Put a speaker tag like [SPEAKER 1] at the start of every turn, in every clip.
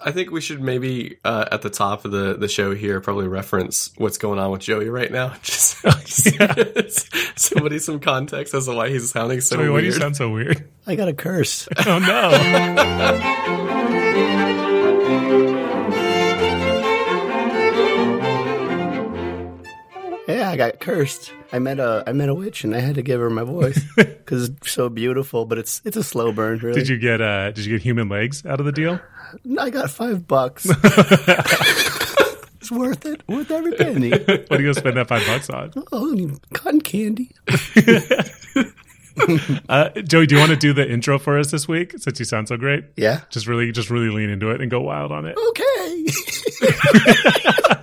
[SPEAKER 1] I think we should maybe uh, at the top of the, the show here probably reference what's going on with Joey right now. Just somebody some context as to why he's sounding so
[SPEAKER 2] Wait, why do you
[SPEAKER 1] weird.
[SPEAKER 2] sound so weird?
[SPEAKER 3] I got a curse.
[SPEAKER 2] Oh no!
[SPEAKER 3] yeah, I got cursed. I met a I met a witch and I had to give her my voice because it's so beautiful. But it's it's a slow burn, really.
[SPEAKER 2] did you get uh, did you get human legs out of the deal?
[SPEAKER 3] I got five bucks. it's worth it. Worth every penny.
[SPEAKER 2] What do you go spend that five bucks on?
[SPEAKER 3] Oh, and cotton candy.
[SPEAKER 2] Uh, Joey, do you want to do the intro for us this week since you sound so great?
[SPEAKER 3] Yeah.
[SPEAKER 2] Just really, just really lean into it and go wild on it.
[SPEAKER 3] Okay.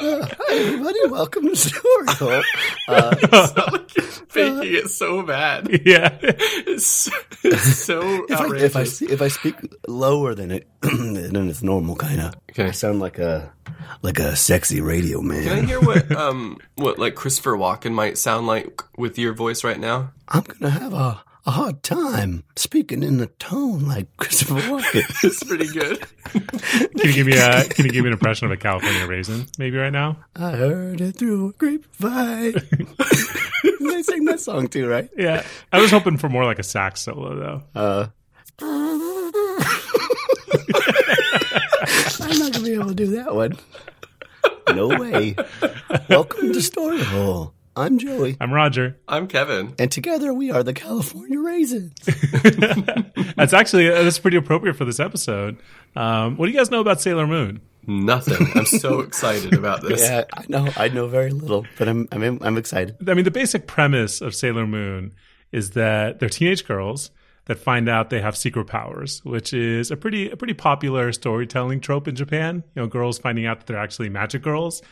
[SPEAKER 3] Uh, hi everybody, welcome to Story Hole. Uh,
[SPEAKER 1] Faking it so bad.
[SPEAKER 2] Yeah,
[SPEAKER 1] It's so, it's so
[SPEAKER 3] if, I, if I
[SPEAKER 1] outrageous.
[SPEAKER 3] see- if I speak lower than it than it's normal, kind of,
[SPEAKER 1] Okay.
[SPEAKER 3] I sound like a like a sexy radio
[SPEAKER 1] Can I
[SPEAKER 3] man.
[SPEAKER 1] hear what um what like Christopher Walken might sound like with your voice right now?
[SPEAKER 3] I'm gonna have a, a hard time speaking in a tone like Christopher Walken.
[SPEAKER 1] It's pretty good.
[SPEAKER 2] can you give me a can you give me an impression of a California raisin maybe right now?
[SPEAKER 3] I heard it through a grapevine. they sing that song too, right?
[SPEAKER 2] Yeah, I was hoping for more like a sax solo though.
[SPEAKER 3] I'm not gonna be able to do that one. No way. Welcome to Story Hole. I'm Joey,
[SPEAKER 2] I'm Roger.
[SPEAKER 1] I'm Kevin.
[SPEAKER 3] and together we are the California Raisins.
[SPEAKER 2] That's actually uh, that's pretty appropriate for this episode. Um, what do you guys know about Sailor Moon?
[SPEAKER 1] Nothing. I'm so excited about this.
[SPEAKER 3] Yeah, I know. I know very little, but I'm I'm I'm excited.
[SPEAKER 2] I mean, the basic premise of Sailor Moon is that they're teenage girls that find out they have secret powers, which is a pretty a pretty popular storytelling trope in Japan. You know, girls finding out that they're actually magic girls,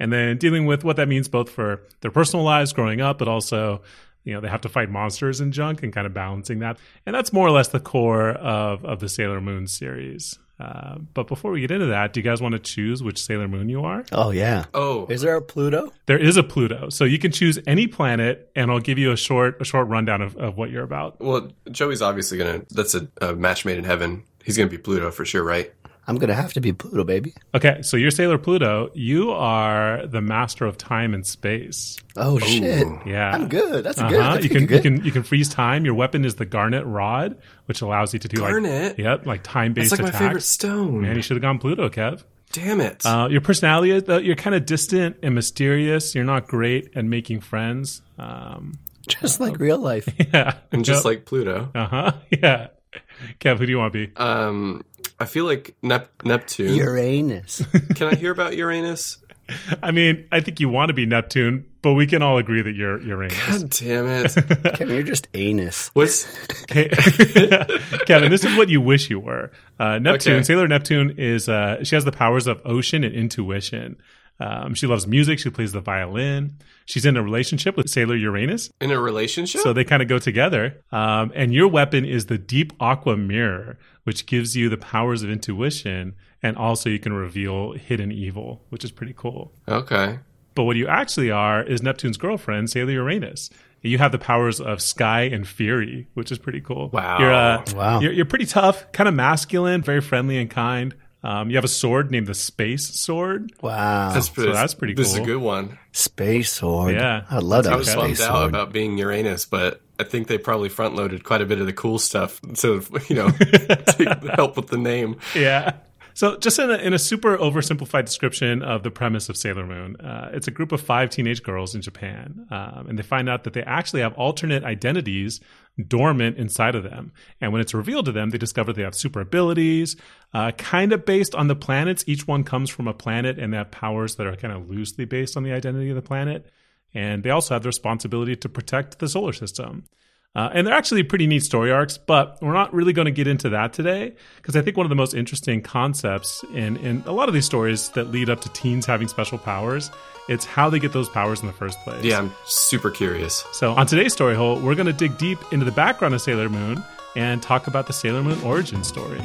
[SPEAKER 2] and then dealing with what that means both for their personal lives growing up, but also you know they have to fight monsters and junk, and kind of balancing that. And that's more or less the core of of the Sailor Moon series. Uh, but before we get into that, do you guys want to choose which Sailor Moon you are?
[SPEAKER 3] Oh yeah.
[SPEAKER 1] Oh,
[SPEAKER 3] Is there a Pluto?
[SPEAKER 2] There is a Pluto, so you can choose any planet, and I'll give you a short a short rundown of, of what you're about.
[SPEAKER 1] well, Joey's obviously gonna. That's a, a match made in heaven. He's gonna be Pluto for sure, right?
[SPEAKER 3] I'm gonna have to be Pluto, baby.
[SPEAKER 2] Okay, so you're Sailor Pluto. You are the master of time and space.
[SPEAKER 3] Oh shit.
[SPEAKER 2] Yeah,
[SPEAKER 3] I'm good. That's
[SPEAKER 2] Uh-huh.
[SPEAKER 3] good. That's
[SPEAKER 2] You can
[SPEAKER 3] good.
[SPEAKER 2] you can you can freeze time. Your weapon is the Garnet Rod, which allows you to do
[SPEAKER 1] Garnet?
[SPEAKER 2] like yep, like time
[SPEAKER 1] It's
[SPEAKER 2] based
[SPEAKER 1] like my favorite
[SPEAKER 2] attacks.
[SPEAKER 1] stone.
[SPEAKER 2] Man, you should have gone Pluto, Kev.
[SPEAKER 1] Damn it.
[SPEAKER 2] Uh, your personality, is, uh, you're kind of distant and mysterious. You're not great at making friends. Um,
[SPEAKER 3] Just like real life.
[SPEAKER 2] yeah,
[SPEAKER 1] and just like Pluto,
[SPEAKER 2] uh huh, yeah. Kev, who do you want to be?
[SPEAKER 1] um, I feel like Nep- Neptune.
[SPEAKER 3] Uranus.
[SPEAKER 1] Can I hear about Uranus?
[SPEAKER 2] I mean, I think you want to be Neptune, but we can all agree that you're Uranus.
[SPEAKER 1] God damn it.
[SPEAKER 3] Kevin, you're just anus.
[SPEAKER 1] What's
[SPEAKER 2] Okay. Kevin, this is what you wish you were. Uh, Neptune,
[SPEAKER 1] Okay.
[SPEAKER 2] Sailor Neptune is uh, she has the powers of ocean and intuition. Um, she loves music. She plays the violin. She's in a relationship with Sailor Uranus,
[SPEAKER 1] in a relationship?
[SPEAKER 2] so they kind of go together. Um, and your weapon is the deep aqua mirror, which gives you the powers of intuition, and also you can reveal hidden evil, which is pretty cool.
[SPEAKER 1] okay.
[SPEAKER 2] But what you actually are is Neptune's girlfriend, Sailor Uranus. You have the powers of sky and fury, which is pretty cool.
[SPEAKER 1] Wow.
[SPEAKER 2] You're, uh,
[SPEAKER 3] Wow.
[SPEAKER 2] You're, you're pretty tough, kind of masculine, very friendly and kind. Um, you have a sword named the Space Sword.
[SPEAKER 3] Wow.
[SPEAKER 2] so that's pretty
[SPEAKER 1] This is a
[SPEAKER 2] cool.
[SPEAKER 1] good one.
[SPEAKER 3] space sword.
[SPEAKER 2] Yeah.
[SPEAKER 3] I'd love to
[SPEAKER 1] I
[SPEAKER 3] have a
[SPEAKER 1] was
[SPEAKER 3] space
[SPEAKER 1] bummed out
[SPEAKER 3] sword.
[SPEAKER 1] about being Uranus, but I think they probably front loaded quite a bit of the cool stuff to you know to help with the name.
[SPEAKER 2] yeah. So, just in a, in a super oversimplified description of the premise of Sailor Moon, uh, it's a group of five teenage girls in Japan, um, and they find out that they actually have alternate identities dormant inside of them. And when it's revealed to them, they discover they have super abilities, uh, kind of based on the planets. Each one comes from a planet, and they have powers that are kind of loosely based on the identity of the planet. And they also have the responsibility to protect the solar system. Uh, and they're actually pretty neat story arcs, but we're not really going to get into that today because I think one of the most interesting concepts in, in a lot of these stories that lead up to teens having special powers, it's how they get those powers in the first place.
[SPEAKER 1] Yeah, I'm super curious.
[SPEAKER 2] So on today's story hole, we're going to dig deep into the background of Sailor Moon and talk about the Sailor Moon origin story.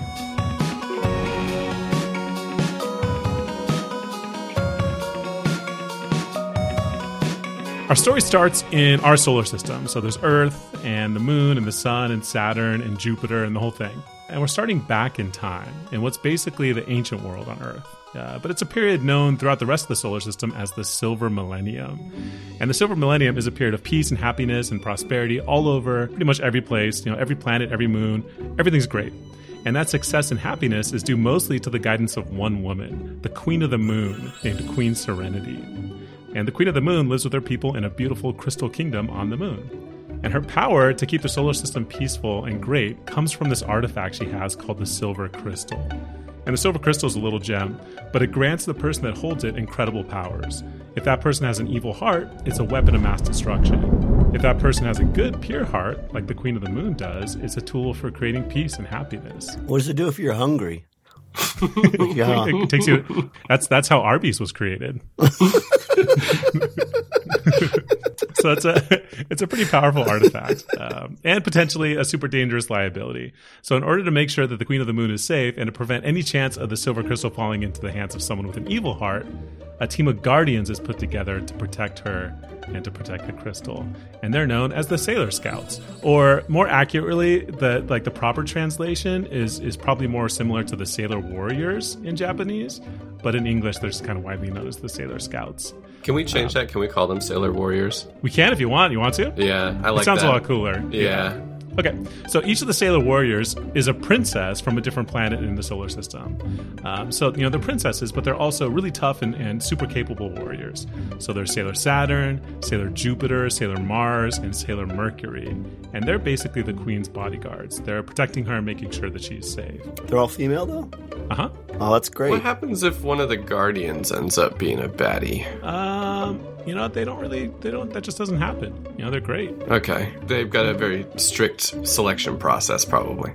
[SPEAKER 2] Our story starts in our solar system. So there's Earth and the moon and the sun and Saturn and Jupiter and the whole thing. and we're starting back in time in what's basically the ancient world on Earth. Uh, but it's a period known throughout the rest of the solar system as the Silver Millennium. And the Silver Millennium is a period of peace and happiness and prosperity all over pretty much every place, you know, every planet, every moon, everything's great. And that success and happiness is due mostly to the guidance of one woman, the Queen of the Moon, named Queen Serenity. And the Queen of the Moon lives with her people in a beautiful crystal kingdom on the moon. And her power to keep the solar system peaceful and great comes from this artifact she has called the Silver Crystal. And the Silver Crystal is a little gem, but it grants the person that holds it incredible powers. If that person has an evil heart, it's a weapon of mass destruction. If that person has a good, pure heart, like the Queen of the Moon does, it's a tool for creating peace and happiness.
[SPEAKER 3] What does it do if you're hungry?
[SPEAKER 2] yeah. It takes you. That's that's how Arby's was created. so it's a it's a pretty powerful artifact um, and potentially a super dangerous liability. So in order to make sure that the Queen of the Moon is safe and to prevent any chance of the silver crystal falling into the hands of someone with an evil heart, a team of guardians is put together to protect her and to protect the crystal. And they're known as the Sailor Scouts, or more accurately, the like the proper translation is is probably more similar to the Sailor Warriors in Japanese, but in English they're just kind of widely known as the Sailor Scouts.
[SPEAKER 1] Can we change that? Can we call them Sailor Warriors?
[SPEAKER 2] We can if you want. You want to?
[SPEAKER 1] Yeah, I like.
[SPEAKER 2] it sounds
[SPEAKER 1] that.
[SPEAKER 2] a lot cooler.
[SPEAKER 1] Yeah.
[SPEAKER 2] Okay, so each of the Sailor Warriors is a princess from a different planet in the solar system. Um, so, you know, they're princesses, but they're also really tough and, and super capable warriors. So, there's Sailor Saturn, Sailor Jupiter, Sailor Mars, and Sailor Mercury. And they're basically the Queen's bodyguards. They're protecting her and making sure that she's safe.
[SPEAKER 3] They're all female though.
[SPEAKER 2] Uh huh.
[SPEAKER 3] Oh, that's great.
[SPEAKER 1] What happens if one of the guardians ends up being a baddie?
[SPEAKER 2] Um, you know, they don't really, they don't, that just doesn't happen. You know, they're great.
[SPEAKER 1] Okay, they've got a very strict selection process, probably.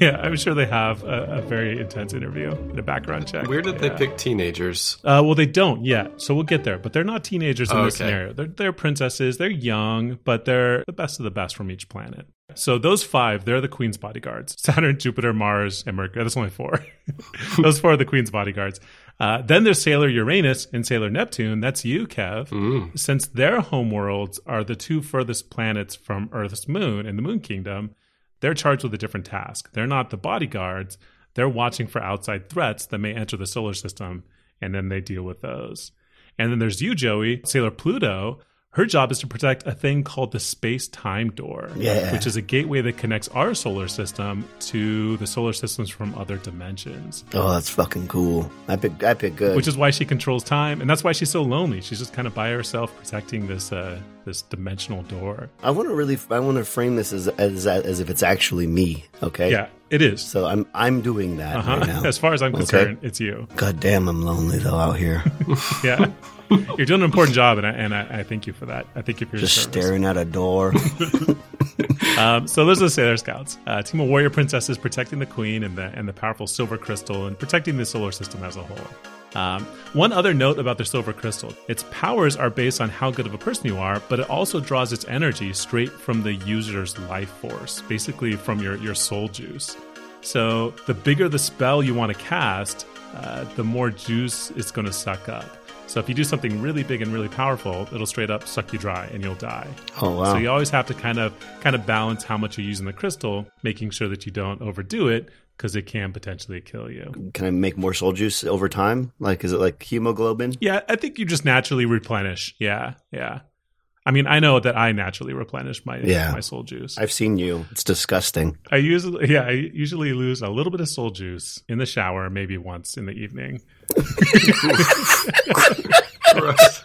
[SPEAKER 2] yeah, I'm sure they have a, a very intense interview and a background check.
[SPEAKER 1] Where did they
[SPEAKER 2] Yeah.
[SPEAKER 1] pick teenagers?
[SPEAKER 2] Uh, well, they don't yet, so we'll get there. But they're not teenagers in this
[SPEAKER 1] Okay.
[SPEAKER 2] scenario. They're, they're princesses. They're young, but they're the best of the best from each planet. So those five, they're the queen's bodyguards: Saturn, Jupiter, Mars, and Mercury. That's only four. those four are the queen's bodyguards. Uh, then there's Sailor Uranus and Sailor Neptune. That's you, Kev. Since their homeworlds are the two furthest planets from Earth's moon in the Moon Kingdom, they're charged with a different task. They're not the bodyguards. They're watching for outside threats that may enter the solar system, and then they deal with those. And then there's you, Joey, Sailor Pluto. Her job is to protect a thing called the space time door,
[SPEAKER 3] Yeah.
[SPEAKER 2] which is a gateway that connects our solar system to the solar systems from other dimensions,
[SPEAKER 3] Oh, that's fucking cool. I pick. I pick good.
[SPEAKER 2] which is why she controls time. And that's why she's so lonely. She's just kind of by herself protecting this, uh, this dimensional door.
[SPEAKER 3] I want to really. I want to frame this as, as as if it's actually me. Okay.
[SPEAKER 2] Yeah, it is.
[SPEAKER 3] So I'm I'm doing that
[SPEAKER 2] Uh-huh.
[SPEAKER 3] right now.
[SPEAKER 2] As far as I'm
[SPEAKER 3] Okay.
[SPEAKER 2] concerned, it's you.
[SPEAKER 3] God damn, I'm lonely though out here.
[SPEAKER 2] Yeah. You're doing an important job, and I, and I, I thank you for that. I thank you for your
[SPEAKER 3] Just
[SPEAKER 2] service.
[SPEAKER 3] staring at a door.
[SPEAKER 2] Um, so those are the Sailor Scouts, a team of warrior princesses protecting the queen and the and the powerful silver crystal and protecting the solar system as a whole. Um, one other note about the silver crystal: its powers are based on how good of a person you are, but it also draws its energy straight from the user's life force, basically from your your soul juice. So the bigger the spell you want to cast, uh, the more juice it's going to suck up. So if you do something really big and really powerful, it'll straight up suck you dry and you'll die.
[SPEAKER 3] Oh, wow.
[SPEAKER 2] So you always have to kind of kind of balance how much you use in the crystal, making sure that you don't overdo it because it can potentially kill you.
[SPEAKER 3] Can I make more soul juice over time? Like, is it like hemoglobin?
[SPEAKER 2] Yeah, I think you just naturally replenish. Yeah, yeah. I mean, I know that I naturally replenish my
[SPEAKER 3] Yeah.
[SPEAKER 2] my soul juice.
[SPEAKER 3] I've seen you. It's disgusting.
[SPEAKER 2] I usually yeah, I usually lose a little bit of soul juice in the shower, maybe once in the evening.
[SPEAKER 1] Gross.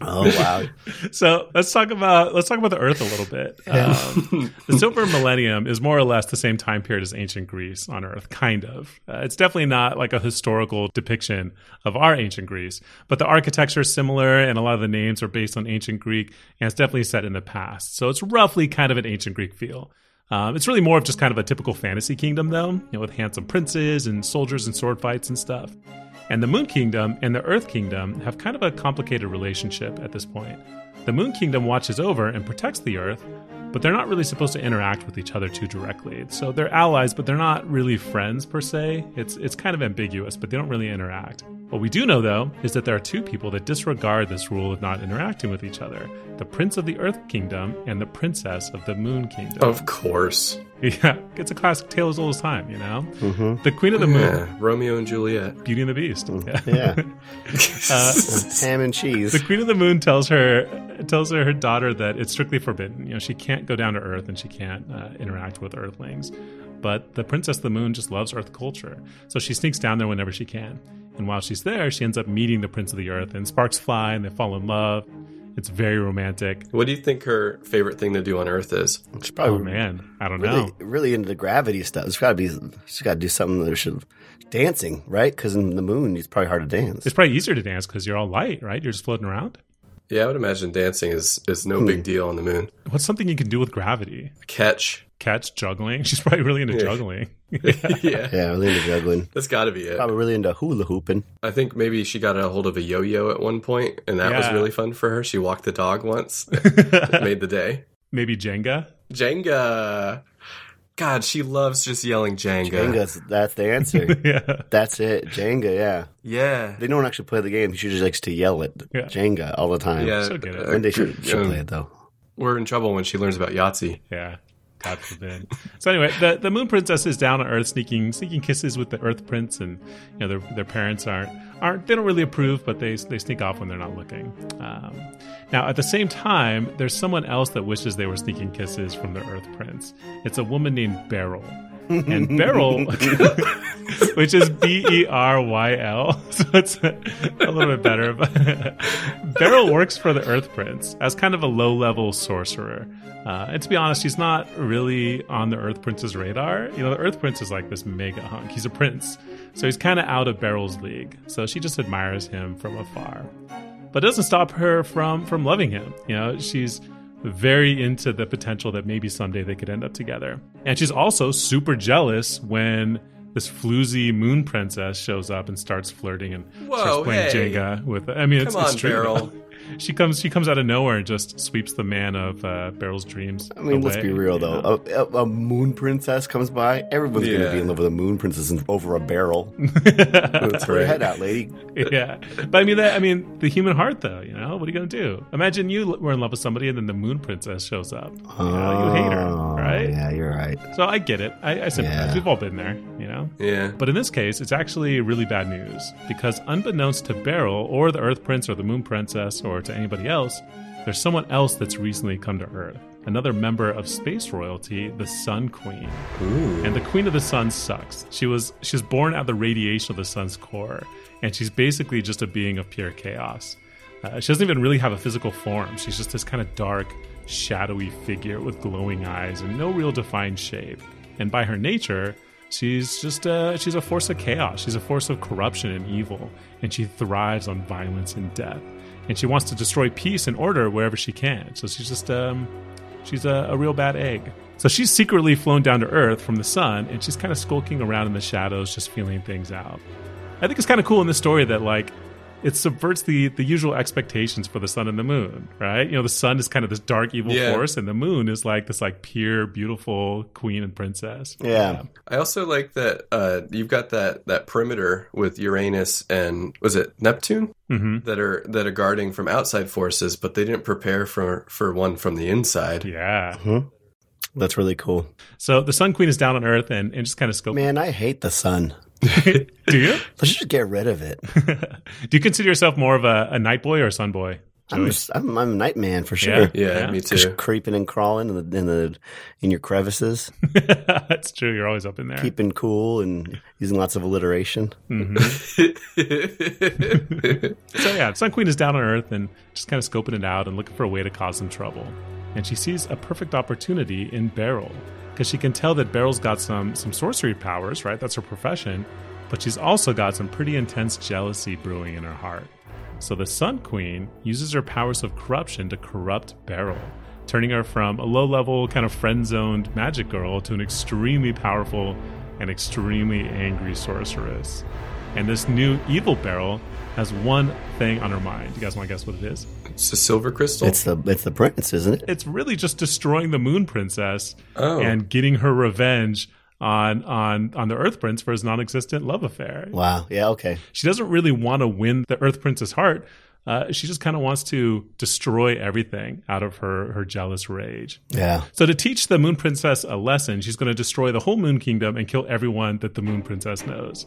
[SPEAKER 3] Oh wow.
[SPEAKER 2] so let's talk about let's talk about the Earth a little bit. Um, the Silver Millennium is more or less the same time period as ancient Greece on Earth, kind of. Uh, it's definitely not like a historical depiction of our ancient Greece, but the architecture is similar, and a lot of the names are based on ancient Greek, and it's definitely set in the past. So it's roughly kind of an ancient Greek feel. Um, it's really more of just kind of a typical fantasy kingdom, though, you know, with handsome princes and soldiers and sword fights and stuff. And the Moon Kingdom and the Earth Kingdom have kind of a complicated relationship at this point. The Moon Kingdom watches over and protects the Earth, but they're not really supposed to interact with each other too directly. So they're allies, but they're not really friends per se. It's it's kind of ambiguous, but they don't really interact. What we do know, though, is that there are two people that disregard this rule of not interacting with each other the Prince of the Earth Kingdom and the Princess of the Moon Kingdom.
[SPEAKER 1] Of course.
[SPEAKER 2] Yeah, it's a classic tale as old as time, you know?
[SPEAKER 3] Mhm.
[SPEAKER 2] The Queen of the Moon,
[SPEAKER 1] Yeah, Romeo and Juliet.
[SPEAKER 2] Beauty and the Beast. Yeah.
[SPEAKER 3] Yeah.
[SPEAKER 2] Uh,
[SPEAKER 3] Ham and cheese.
[SPEAKER 2] The Queen of the Moon tells her tells her, her daughter that it's strictly forbidden. You know, she can't go down to Earth and she can't uh, interact with Earthlings. But the Princess of the Moon just loves Earth culture, so she sneaks down there whenever she can. And while she's there, she ends up meeting the Prince of the Earth, and sparks fly, and they fall in love. It's very romantic.
[SPEAKER 1] what do you think her favorite thing to do on Earth is?
[SPEAKER 3] It's
[SPEAKER 2] Oh
[SPEAKER 3] probably
[SPEAKER 2] man, I don't
[SPEAKER 3] really,
[SPEAKER 2] know.
[SPEAKER 3] really into the gravity stuff. It's got to be. She's got to do something that should dancing, right? Because in the moon, it's probably hard to dance.
[SPEAKER 2] It's probably easier to dance because you're all light, right? You're just floating around.
[SPEAKER 1] Yeah, I would imagine dancing is, is no big deal on the moon.
[SPEAKER 2] What's something you can do with gravity?
[SPEAKER 1] Catch.
[SPEAKER 2] Catch juggling. She's probably really into
[SPEAKER 1] Yeah.
[SPEAKER 2] juggling.
[SPEAKER 1] yeah.
[SPEAKER 3] yeah, really into juggling.
[SPEAKER 1] That's got to be it.
[SPEAKER 3] Probably really into hula hooping.
[SPEAKER 1] I think maybe she got a hold of a yo-yo at one point, and that was
[SPEAKER 2] Yeah.
[SPEAKER 1] really fun for her. She walked the dog once, made the day.
[SPEAKER 2] Maybe Jenga.
[SPEAKER 1] Jenga. God, she loves just yelling Jenga.
[SPEAKER 3] Jenga's that's the answer.
[SPEAKER 2] Yeah.
[SPEAKER 3] that's it. Jenga. Yeah,
[SPEAKER 1] Yeah.
[SPEAKER 3] they don't actually play the game. She just likes to yell it.
[SPEAKER 2] Yeah.
[SPEAKER 3] Jenga all the time.
[SPEAKER 1] Yeah.
[SPEAKER 2] So good at it.
[SPEAKER 3] One day she should
[SPEAKER 1] um,
[SPEAKER 3] play it though.
[SPEAKER 1] We're in trouble when she learns about Yahtzee.
[SPEAKER 2] Yeah. God forbid. so anyway, the, the moon princess is down on Earth, sneaking sneaking kisses with the Earth prince, and you know their, their parents aren't aren't they don't really approve, but they they sneak off when they're not looking. Um, now at the same time, there's someone else that wishes they were sneaking kisses from the Earth prince. It's a woman named Beryl, and Beryl, which is B E R Y L, so it's a, a little bit better. But Beryl works for the Earth Prince as kind of a low level sorcerer. Uh, and to be honest, he's not really on the Earth Prince's radar. You know, the Earth Prince is like this mega hunk. He's a prince. So he's kind of out of Beryl's league. So she just admires him from afar. But it doesn't stop her from from loving him. You know, she's very into the potential that maybe someday they could end up together. And she's also super jealous when this floozy moon princess shows up and starts flirting and
[SPEAKER 1] Whoa,
[SPEAKER 2] starts playing
[SPEAKER 1] hey.
[SPEAKER 2] Jenga with I mean it's,
[SPEAKER 1] Come
[SPEAKER 2] it's
[SPEAKER 1] on,
[SPEAKER 2] true.
[SPEAKER 1] Beryl.
[SPEAKER 2] She comes. She comes out of nowhere and just sweeps the man of uh, Beryl's dreams.
[SPEAKER 3] I mean, let's
[SPEAKER 2] away,
[SPEAKER 3] be real
[SPEAKER 2] you
[SPEAKER 3] though.
[SPEAKER 2] know?
[SPEAKER 3] A, a, a moon princess comes by. Everyone's
[SPEAKER 1] Yeah.
[SPEAKER 3] gonna be in love with a moon princess and over a barrel.
[SPEAKER 1] That's
[SPEAKER 3] Throw your
[SPEAKER 1] right.
[SPEAKER 3] head out, lady.
[SPEAKER 2] yeah, but I mean that. I mean the human heart, though. You know, what are you gonna do? Imagine you l- were in love with somebody, and then the moon princess shows up. You, know, you hate her,
[SPEAKER 3] Oh,
[SPEAKER 2] right?
[SPEAKER 3] Yeah, you're right.
[SPEAKER 2] So I get it. I, I sympathize.
[SPEAKER 3] Yeah.
[SPEAKER 2] We've all been there. You know.
[SPEAKER 1] Yeah.
[SPEAKER 2] But in this case, it's actually really bad news because, unbeknownst to Beryl or the Earth Prince or the Moon Princess or to anybody else, there's someone else that's recently come to Earth. Another member of space royalty, the Sun Queen, and the Queen of the Sun sucks. She was she was born out of the radiation of the Sun's core, and she's basically just a being of pure chaos. Uh, she doesn't even really have a physical form. She's just this kind of dark, shadowy figure with glowing eyes and no real defined shape. And by her nature, she's just a, she's a force of chaos. She's a force of corruption and evil, and she thrives on violence and death. And she wants to destroy peace and order wherever she can. So she's just um, she's a, a real bad egg. So she's secretly flown down to Earth from the sun, and she's kind of skulking around in the shadows, just feeling things out. I think it's kind of cool in this story that like it subverts the the usual expectations for the sun and the moon, right? You know, the sun is kind of this dark evil
[SPEAKER 1] Yeah.
[SPEAKER 2] force, and the moon is like this like pure, beautiful queen and princess.
[SPEAKER 3] Yeah.
[SPEAKER 1] I also like that uh, you've got that, that perimeter with Uranus and was it Neptune
[SPEAKER 2] hmm
[SPEAKER 1] that are that are guarding from outside forces, but they didn't prepare for for one from the inside.
[SPEAKER 2] Yeah.
[SPEAKER 3] That's really cool.
[SPEAKER 2] So the sun queen is down on Earth and, and just kind of scoping.
[SPEAKER 3] Man, I hate the sun.
[SPEAKER 2] Do you?
[SPEAKER 3] Let's just get rid of it.
[SPEAKER 2] Do you consider yourself more of a, a night boy or a sun boy?
[SPEAKER 3] I'm,
[SPEAKER 2] Joey?
[SPEAKER 3] just, I'm, I'm a night man for sure.
[SPEAKER 2] Yeah.
[SPEAKER 1] Yeah, me
[SPEAKER 3] Just
[SPEAKER 1] too.
[SPEAKER 3] creeping and crawling in the, in the in your crevices,
[SPEAKER 2] That's true. You're always up in there.
[SPEAKER 3] keeping cool and using lots of alliteration.
[SPEAKER 2] Mhm. So yeah, Sun Queen is down on Earth and just kind of scoping it out and looking for a way to cause some trouble. And she sees a perfect opportunity in Beryl because she can tell that Beryl's got some some sorcery powers, right? That's her profession, but she's also got some pretty intense jealousy brewing in her heart. So the Sun Queen uses her powers of corruption to corrupt Beryl, turning her from a low-level kind of friend-zoned magic girl to an extremely powerful and extremely angry sorceress. And this new evil barrel has one thing on her mind. You guys want to guess what it is?
[SPEAKER 1] it's a silver crystal.
[SPEAKER 3] It's the it's the prince, isn't it?
[SPEAKER 2] It's really just destroying the moon princess
[SPEAKER 1] Oh.
[SPEAKER 2] and getting her revenge on on on the Earth Prince for his non-existent love affair.
[SPEAKER 3] Wow. Yeah. Okay.
[SPEAKER 2] She doesn't really want to win the Earth Prince's heart. Uh, she just kind of wants to destroy everything out of her her jealous rage.
[SPEAKER 3] Yeah.
[SPEAKER 2] So to teach the Moon Princess a lesson, she's going to destroy the whole Moon Kingdom and kill everyone that the Moon Princess knows.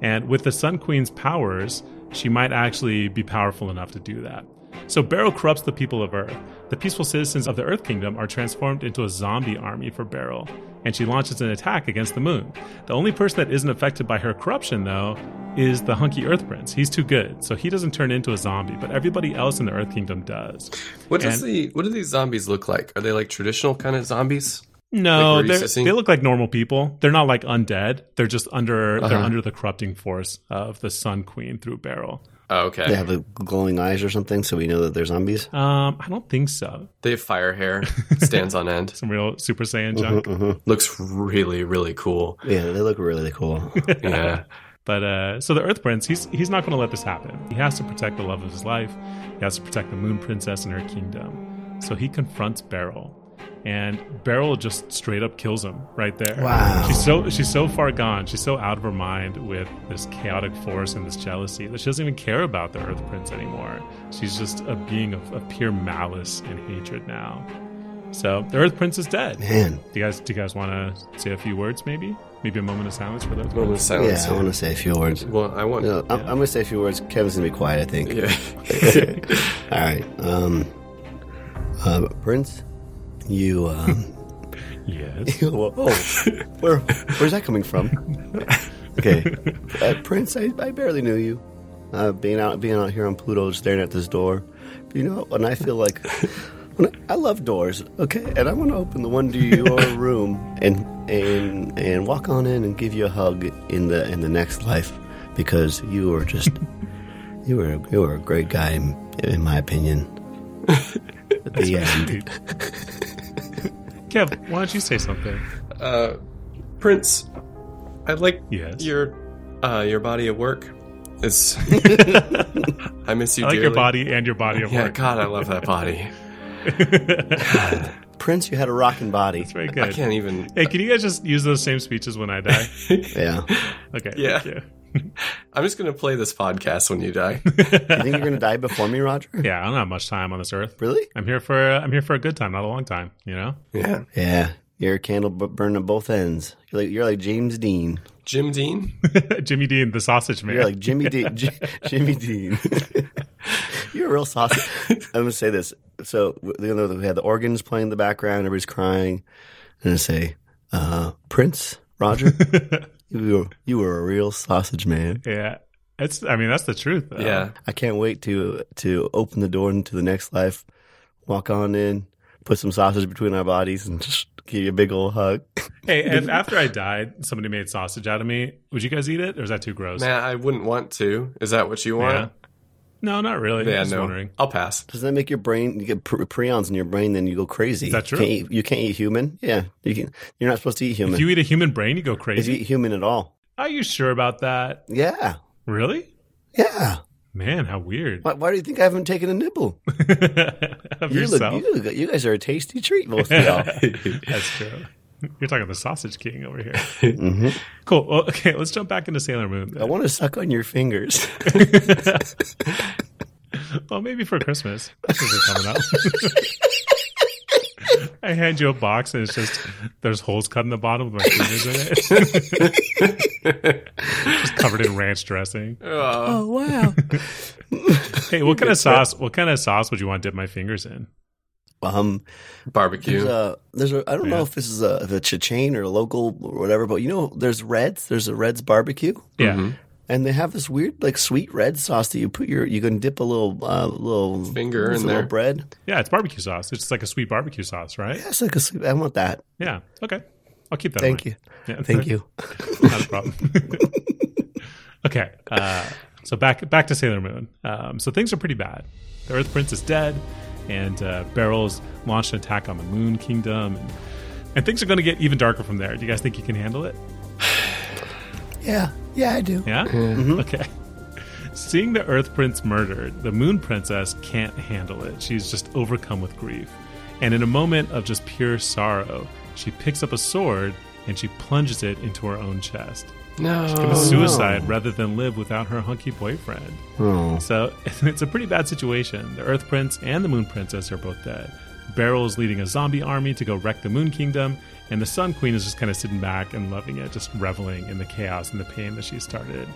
[SPEAKER 2] And with the Sun Queen's powers, she might actually be powerful enough to do that. So Barrow corrupts the people of Earth. The peaceful citizens of the Earth Kingdom are transformed into a zombie army for Beryl, and she launches an attack against the moon. The only person that isn't affected by her corruption, though, is the hunky Earth Prince. He's too good, so he doesn't turn into a zombie, but everybody else in the Earth Kingdom does.
[SPEAKER 1] What does the what do these zombies look like? Are they like traditional kind of zombies?
[SPEAKER 2] No,
[SPEAKER 1] Like
[SPEAKER 2] they're-
[SPEAKER 1] recessing?
[SPEAKER 2] they look like normal people. They're not like undead. They're just under they're
[SPEAKER 1] Uh-huh.
[SPEAKER 2] under the corrupting force of the Sun Queen through Beryl.
[SPEAKER 1] Oh, okay.
[SPEAKER 3] They have like, glowing eyes or something, so we know that they're zombies.
[SPEAKER 2] Um, I don't think so.
[SPEAKER 1] They have fire hair, stands on end.
[SPEAKER 2] Some real Super Saiyan junk.
[SPEAKER 1] Mm-hmm. Looks really, really cool.
[SPEAKER 3] Yeah, they look really cool.
[SPEAKER 1] Yeah.
[SPEAKER 2] But uh, so the Earth Prince, he's he's not going to let this happen. He has to protect the love of his life. He has to protect the Moon Princess and her kingdom. So he confronts Beryl, and Beryl just straight up kills him right there.
[SPEAKER 3] Wow.
[SPEAKER 2] She's so she's so far gone. She's so out of her mind with this chaotic force and this jealousy that she doesn't even care about the Earth Prince anymore. She's just a being of, of pure malice and hatred now. So the Earth Prince is dead.
[SPEAKER 3] Man.
[SPEAKER 2] Do you guys do you guys want to say a few words? Maybe maybe a moment of silence for the Earth
[SPEAKER 1] Moment
[SPEAKER 2] Prince.
[SPEAKER 1] of silence.
[SPEAKER 3] Yeah, I want to say a few words.
[SPEAKER 1] Well, I want.
[SPEAKER 3] No, I'm, I'm gonna say a few words. Kevin's gonna be quiet. I think.
[SPEAKER 1] Yeah.
[SPEAKER 3] All right. Um, uh, Prince, you. Um,
[SPEAKER 2] Yes.
[SPEAKER 3] whoa, oh, where, where's that coming from? Okay, uh, Prince, I, I barely knew you. Uh, being out, being out here on Pluto, staring at this door. You know, and I feel like when I, I love doors. Okay, and I want to open the one to your room and and and walk on in and give you a hug in the in the next life because you were just you were you were a great guy in, in my opinion. the end.
[SPEAKER 2] Kev, why don't you say something?
[SPEAKER 1] Prince, I like
[SPEAKER 2] Yes.
[SPEAKER 1] your uh, your body of work. It's I miss you
[SPEAKER 2] I like
[SPEAKER 1] dearly.
[SPEAKER 2] your body and your body of
[SPEAKER 1] Yeah,
[SPEAKER 2] work.
[SPEAKER 1] God, I love that body.
[SPEAKER 3] Prince, you had a rocking body.
[SPEAKER 2] Very good.
[SPEAKER 1] I can't even.
[SPEAKER 2] Hey, can you guys just use those same speeches when I die?
[SPEAKER 3] Yeah.
[SPEAKER 2] Okay.
[SPEAKER 1] Yeah.
[SPEAKER 2] Thank you.
[SPEAKER 1] I'm just gonna play this podcast when you die.
[SPEAKER 2] Oh.
[SPEAKER 3] You think you're gonna die before me, Roger?
[SPEAKER 2] Yeah, I don't have much time on this earth.
[SPEAKER 3] Really?
[SPEAKER 2] I'm here for I'm here for a good time, not a long time. You know.
[SPEAKER 1] Yeah,
[SPEAKER 3] Yeah. You're a candle b- burned on both ends. You're like you're like James Dean.
[SPEAKER 1] Jim Dean.
[SPEAKER 2] Jimmy Dean, the sausage man.
[SPEAKER 3] You're like Jimmy De- J- Jimmy Dean. you're a real sausage. I'm gonna say this. So w- you know, we had the organs playing in the background. Everybody's crying. I'm gonna say, uh, Prince Roger, you were, you were a real sausage man.
[SPEAKER 2] yeah. It's. I mean, that's the truth. Though.
[SPEAKER 1] Yeah,
[SPEAKER 3] I can't wait to to open the door into the next life, walk on in, put some sausage between our bodies, and just give you a big old hug.
[SPEAKER 2] Hey, if after I died, somebody made sausage out of me, would you guys eat it, or is that too gross?
[SPEAKER 1] man, I wouldn't want to. Is that what you
[SPEAKER 2] Yeah.
[SPEAKER 1] want?
[SPEAKER 2] No, not really.
[SPEAKER 1] Yeah,
[SPEAKER 2] just
[SPEAKER 1] no.
[SPEAKER 2] wondering.
[SPEAKER 1] I'll pass.
[SPEAKER 3] Does that make your brain? You get pr- prions in your brain, then you go crazy. Is
[SPEAKER 2] that true?
[SPEAKER 3] Can't eat, you can't eat human. Yeah, you can. You're not supposed to eat
[SPEAKER 2] If
[SPEAKER 3] human.
[SPEAKER 2] you eat a human brain, you go
[SPEAKER 3] If you
[SPEAKER 2] crazy.
[SPEAKER 3] eat human at all.
[SPEAKER 2] Are you sure about that?
[SPEAKER 3] Yeah,
[SPEAKER 2] Really?
[SPEAKER 3] yeah.
[SPEAKER 2] Man, how weird.
[SPEAKER 3] Why, why do you think I haven't taken a nibble?
[SPEAKER 2] of
[SPEAKER 3] You look,
[SPEAKER 2] yourself.
[SPEAKER 3] you look. You guys are a tasty treat, both of y'all.
[SPEAKER 2] That's true. You're talking the sausage king over here.
[SPEAKER 1] Mm-hmm.
[SPEAKER 2] Cool. Well, okay, let's jump back into Sailor Moon.
[SPEAKER 1] Oh,
[SPEAKER 3] I want to suck on your fingers.
[SPEAKER 2] Well, maybe for Christmas. Christmas is coming up. I hand you a box and it's just there's holes cut in the bottom with my fingers in it. just covered in ranch dressing.
[SPEAKER 1] Uh,
[SPEAKER 3] oh wow.
[SPEAKER 2] Hey, what kind of sauce? What kind of sauce would you want to dip my fingers in?
[SPEAKER 3] Um,
[SPEAKER 1] barbecue.
[SPEAKER 3] there's a, there's a. I don't
[SPEAKER 2] Yeah.
[SPEAKER 3] know if this is a, if it's a chain or a local or whatever, but you know, there's Reds. There's a Reds barbecue.
[SPEAKER 2] Yeah.
[SPEAKER 3] Mm-hmm. and they have this weird like sweet red sauce that you put your you can dip a little uh, little
[SPEAKER 1] Finger
[SPEAKER 3] it's
[SPEAKER 1] in
[SPEAKER 3] a
[SPEAKER 1] there.
[SPEAKER 3] little bread.
[SPEAKER 2] Yeah, it's barbecue sauce. It's like a sweet barbecue sauce, right?
[SPEAKER 3] That's like a sweet. I want that.
[SPEAKER 2] Yeah. Okay. I'll keep that. in
[SPEAKER 3] Thank
[SPEAKER 2] mind.
[SPEAKER 3] you,
[SPEAKER 2] Yeah.
[SPEAKER 3] thank you.
[SPEAKER 2] not a problem. okay, uh, so back back to Sailor Moon. Um, so things are pretty bad. The Earth Prince is dead, and uh, Beryl's launched an attack on the Moon Kingdom, and, and things are going to get even darker from there. Do you guys think you can handle it?
[SPEAKER 3] Yeah, yeah, I do.
[SPEAKER 2] Yeah. Okay. Seeing the Earth Prince murdered, the Moon Princess can't handle it. She's just overcome with grief. And in a moment of just pure sorrow, she picks up a sword and she plunges it into her own chest.
[SPEAKER 1] Oh, No.
[SPEAKER 2] Commits suicide rather than live without her hunky boyfriend.
[SPEAKER 3] Oh.
[SPEAKER 2] So it's a pretty bad situation. The Earth Prince and the Moon Princess are both dead. Beryl is leading a zombie army to go wreck the Moon Kingdom, and the Sun Queen is just kind of sitting back and loving it, just reveling in the chaos and the pain that she started.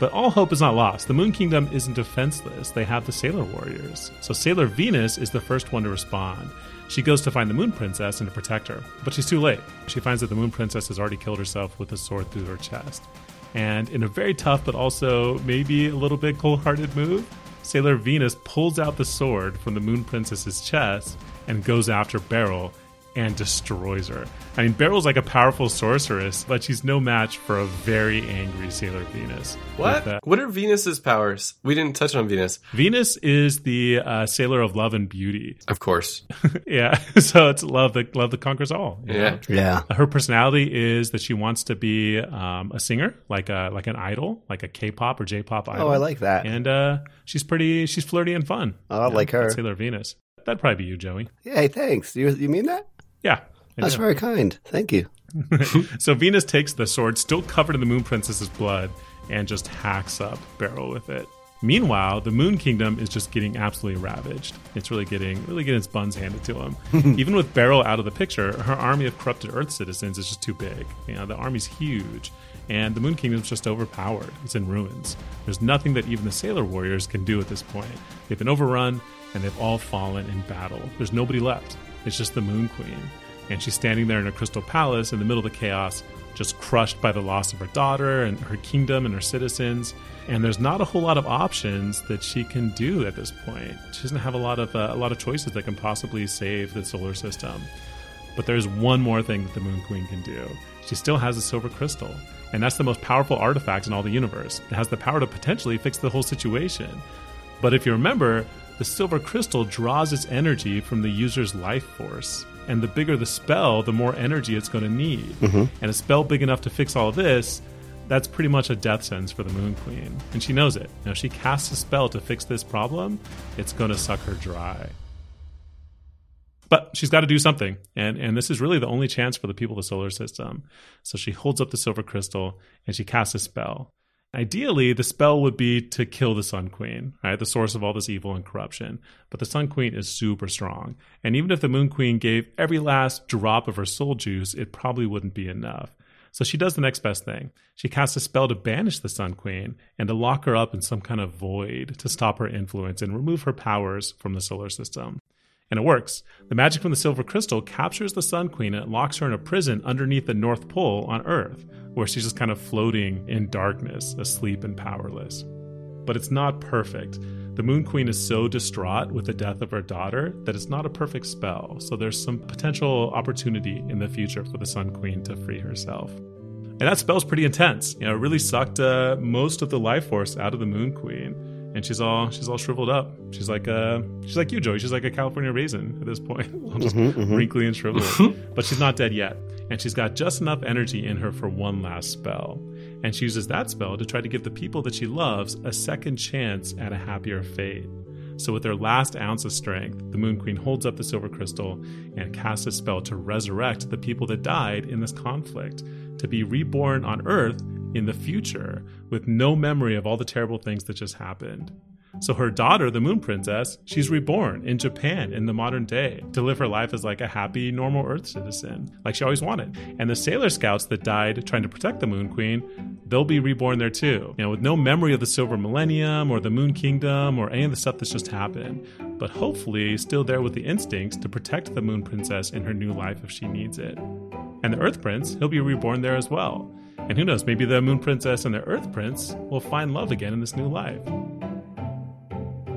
[SPEAKER 2] But all hope is not lost. The Moon Kingdom isn't defenseless. They have the Sailor Warriors. So Sailor Venus is the first one to respond. She goes to find the Moon Princess and to protect her, but she's too late. She finds that the Moon Princess has already killed herself with a sword through her chest. And in a very tough but also maybe a little bit cold hearted move, Sailor Venus pulls out the sword from the Moon Princess's chest and goes after Beryl and destroys her. I mean, Beryl's like a powerful sorceress, but she's no match for a very angry Sailor Venus.
[SPEAKER 1] What?
[SPEAKER 2] With, uh,
[SPEAKER 1] What are Venus's powers? We didn't touch on Venus.
[SPEAKER 2] Venus is the uh, sailor of love and beauty.
[SPEAKER 1] Of course.
[SPEAKER 2] yeah, so it's love that love that conquers all. you
[SPEAKER 1] Yeah.
[SPEAKER 2] know?
[SPEAKER 3] Yeah.
[SPEAKER 2] Her personality is that she wants to be um, a singer, like a like an idol, like a K-pop or J-pop idol.
[SPEAKER 3] Oh, I like that.
[SPEAKER 2] And uh, she's pretty. She's flirty and fun.
[SPEAKER 3] Oh, I like her.
[SPEAKER 2] that's Sailor Venus. That'd probably be you, Joey.
[SPEAKER 3] Hey, thanks. You, you mean that?
[SPEAKER 2] Yeah. I
[SPEAKER 3] That's
[SPEAKER 2] know.
[SPEAKER 3] very kind. Thank you.
[SPEAKER 2] So Venus takes the sword, still covered in the Moon Princess's blood, and just hacks up Beryl with it. Meanwhile, the Moon Kingdom is just getting absolutely ravaged. It's really getting really getting its buns handed to him. Even with Beryl out of the picture, her army of corrupted Earth citizens is just too big. You know, the army's huge, and the Moon Kingdom's just overpowered. It's in ruins. There's nothing that even the Sailor Warriors can do at this point. They've been overrun, and they've all fallen in battle. There's nobody left. It's just the Moon Queen and she's standing there in her crystal palace in the middle of the chaos, just crushed by the loss of her daughter and her kingdom and her citizens. And there's not a whole lot of options that she can do at this point. She doesn't have a lot of uh, a lot of choices that can possibly save the solar system. But there's one more thing that the Moon Queen can do. She still has a silver crystal, and that's the most powerful artifact in all the universe. It has the power to potentially fix the whole situation. But if you remember, the silver crystal draws its energy from the user's life force. And the bigger the spell, the more energy it's going to need. And a spell big enough to fix all this, that's pretty much a death sentence for the Moon Queen. And she knows it. Now, if she casts a spell to fix this problem, it's going to suck her dry. But she's got to do something. And, and this is really the only chance for the people of the solar system. So she holds up the silver crystal and she casts a spell. Ideally, the spell would be to kill the Sun Queen, right? The source of all this evil and corruption. But the Sun Queen is super strong. And even if the Moon Queen gave every last drop of her soul juice, it probably wouldn't be enough. So she does the next best thing. She casts a spell to banish the Sun Queen and to lock her up in some kind of void to stop her influence and remove her powers from the solar system. And it works. The magic from the silver crystal captures the Sun Queen and it locks her in a prison underneath the North Pole on Earth, where she's just kind of floating in darkness, asleep and powerless. But it's not perfect. The Moon Queen is so distraught with the death of her daughter that it's not a perfect spell, so there's some potential opportunity in the future for the Sun Queen to free herself. And that spell's pretty intense. You know, it really sucked uh, most of the life force out of the Moon Queen, and she's all she's all shriveled up. She's like uh she's like you, Joey. She's like a California raisin at this point, All just wrinkly and shriveled. but she's not dead yet, and she's got just enough energy in her for one last spell. And she uses that spell to try to give the people that she loves a second chance at a happier fate. So, with their last ounce of strength, the Moon Queen holds up the silver crystal and casts a spell to resurrect the people that died in this conflict, to be reborn on Earth in the future with no memory of all the terrible things that just happened. So, her daughter, the Moon Princess, she's reborn in Japan in the modern day to live her life as like a happy, normal Earth citizen, like she always wanted. And the Sailor Scouts that died trying to protect the Moon Queen, they'll be reborn there too. You know, with no memory of the Silver Millennium or the Moon Kingdom or any of the stuff that's just happened, but hopefully still there with the instincts to protect the Moon Princess in her new life if she needs it. And the Earth Prince, he'll be reborn there as well. And who knows, maybe the Moon Princess and the Earth Prince will find love again in this new life.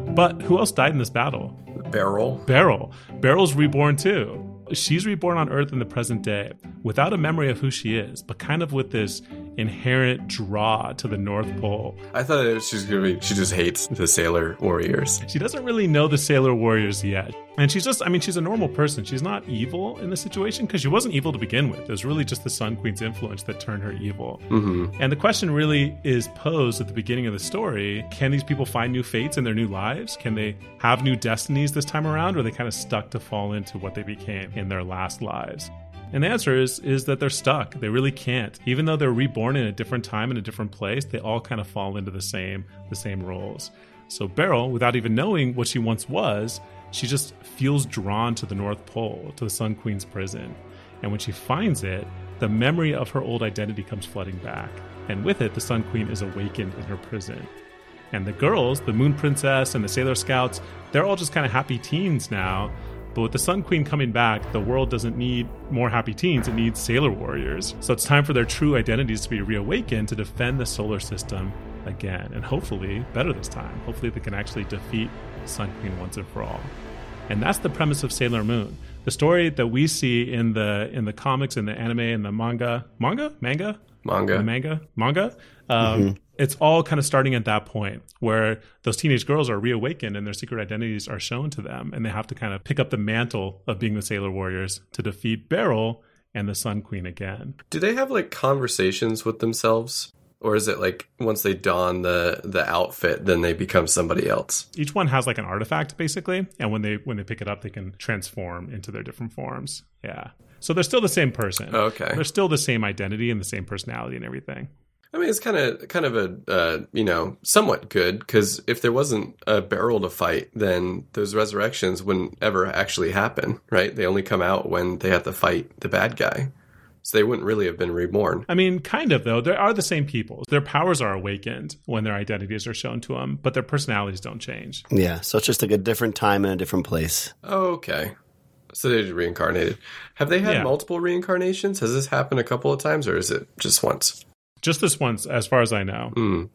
[SPEAKER 2] But who else died in this battle?
[SPEAKER 1] Beryl.
[SPEAKER 2] Beryl. Beryl's reborn too. She's reborn on Earth in the present day without a memory of who she is, but kind of with this inherent draw to the North Pole.
[SPEAKER 1] I thought it was, she was gonna be. She just hates the sailor warriors.
[SPEAKER 2] She doesn't really know the Sailor Warriors yet. And she's just, I mean, she's a normal person. She's not evil in this situation because she wasn't evil to begin with. It was really just the Sun Queen's influence that turned her evil. And the question really is posed at the beginning of the story can these people find new fates in their new lives? Can they have new destinies this time around? Or are they kind of stuck to fall into what they became in their last lives? And the answer is is that they're stuck. They really can't. Even though they're reborn in a different time in a different place, they all kind of fall into the same the same roles. So Beryl, without even knowing what she once was, she just feels drawn to the North Pole, to the Sun Queen's prison. And when she finds it, the memory of her old identity comes flooding back. And with it, the Sun Queen is awakened in her prison. And the girls, the Moon Princess and the Sailor Scouts, they're all just kind of happy teens now. But with the Sun Queen coming back, the world doesn't need more happy teens, it needs sailor warriors. So it's time for their true identities to be reawakened to defend the solar system again. And hopefully, better this time. Hopefully, they can actually defeat Sun Queen once and for all. And that's the premise of Sailor Moon. The story that we see in the in the comics, in the anime, in the manga, manga, manga,
[SPEAKER 1] Manga.
[SPEAKER 2] the manga, manga. Um, It's all kind of starting at that point where those teenage girls are reawakened and their secret identities are shown to them, and they have to kind of pick up the mantle of being the Sailor Warriors to defeat Beryl and the Sun Queen again.
[SPEAKER 1] Do they have like conversations with themselves? Or is it like once they don the the outfit, then they become somebody else?
[SPEAKER 2] Each one has like an artifact basically, and when they when they pick it up, they can transform into their different forms. Yeah, so they're still the same person.
[SPEAKER 1] Okay.
[SPEAKER 2] They're still the same identity and the same personality and everything.
[SPEAKER 1] I mean, it's kind of kind of a uh, you know somewhat good because if there wasn't a barrel to fight, then those resurrections wouldn't ever actually happen, right? They only come out when they have to fight the bad guy, so they wouldn't really have been reborn.
[SPEAKER 2] I mean, kind of though. They are the same people. Their powers are awakened when their identities are shown to them, but their personalities don't change.
[SPEAKER 3] Yeah, so it's just like a different time and a different place.
[SPEAKER 1] Oh, Okay, so they just reincarnated. Have they had
[SPEAKER 2] Yeah.
[SPEAKER 1] multiple reincarnations? Has this happened a couple of times, or is it just once?
[SPEAKER 2] Just this once, as far as I know.
[SPEAKER 1] Hmm.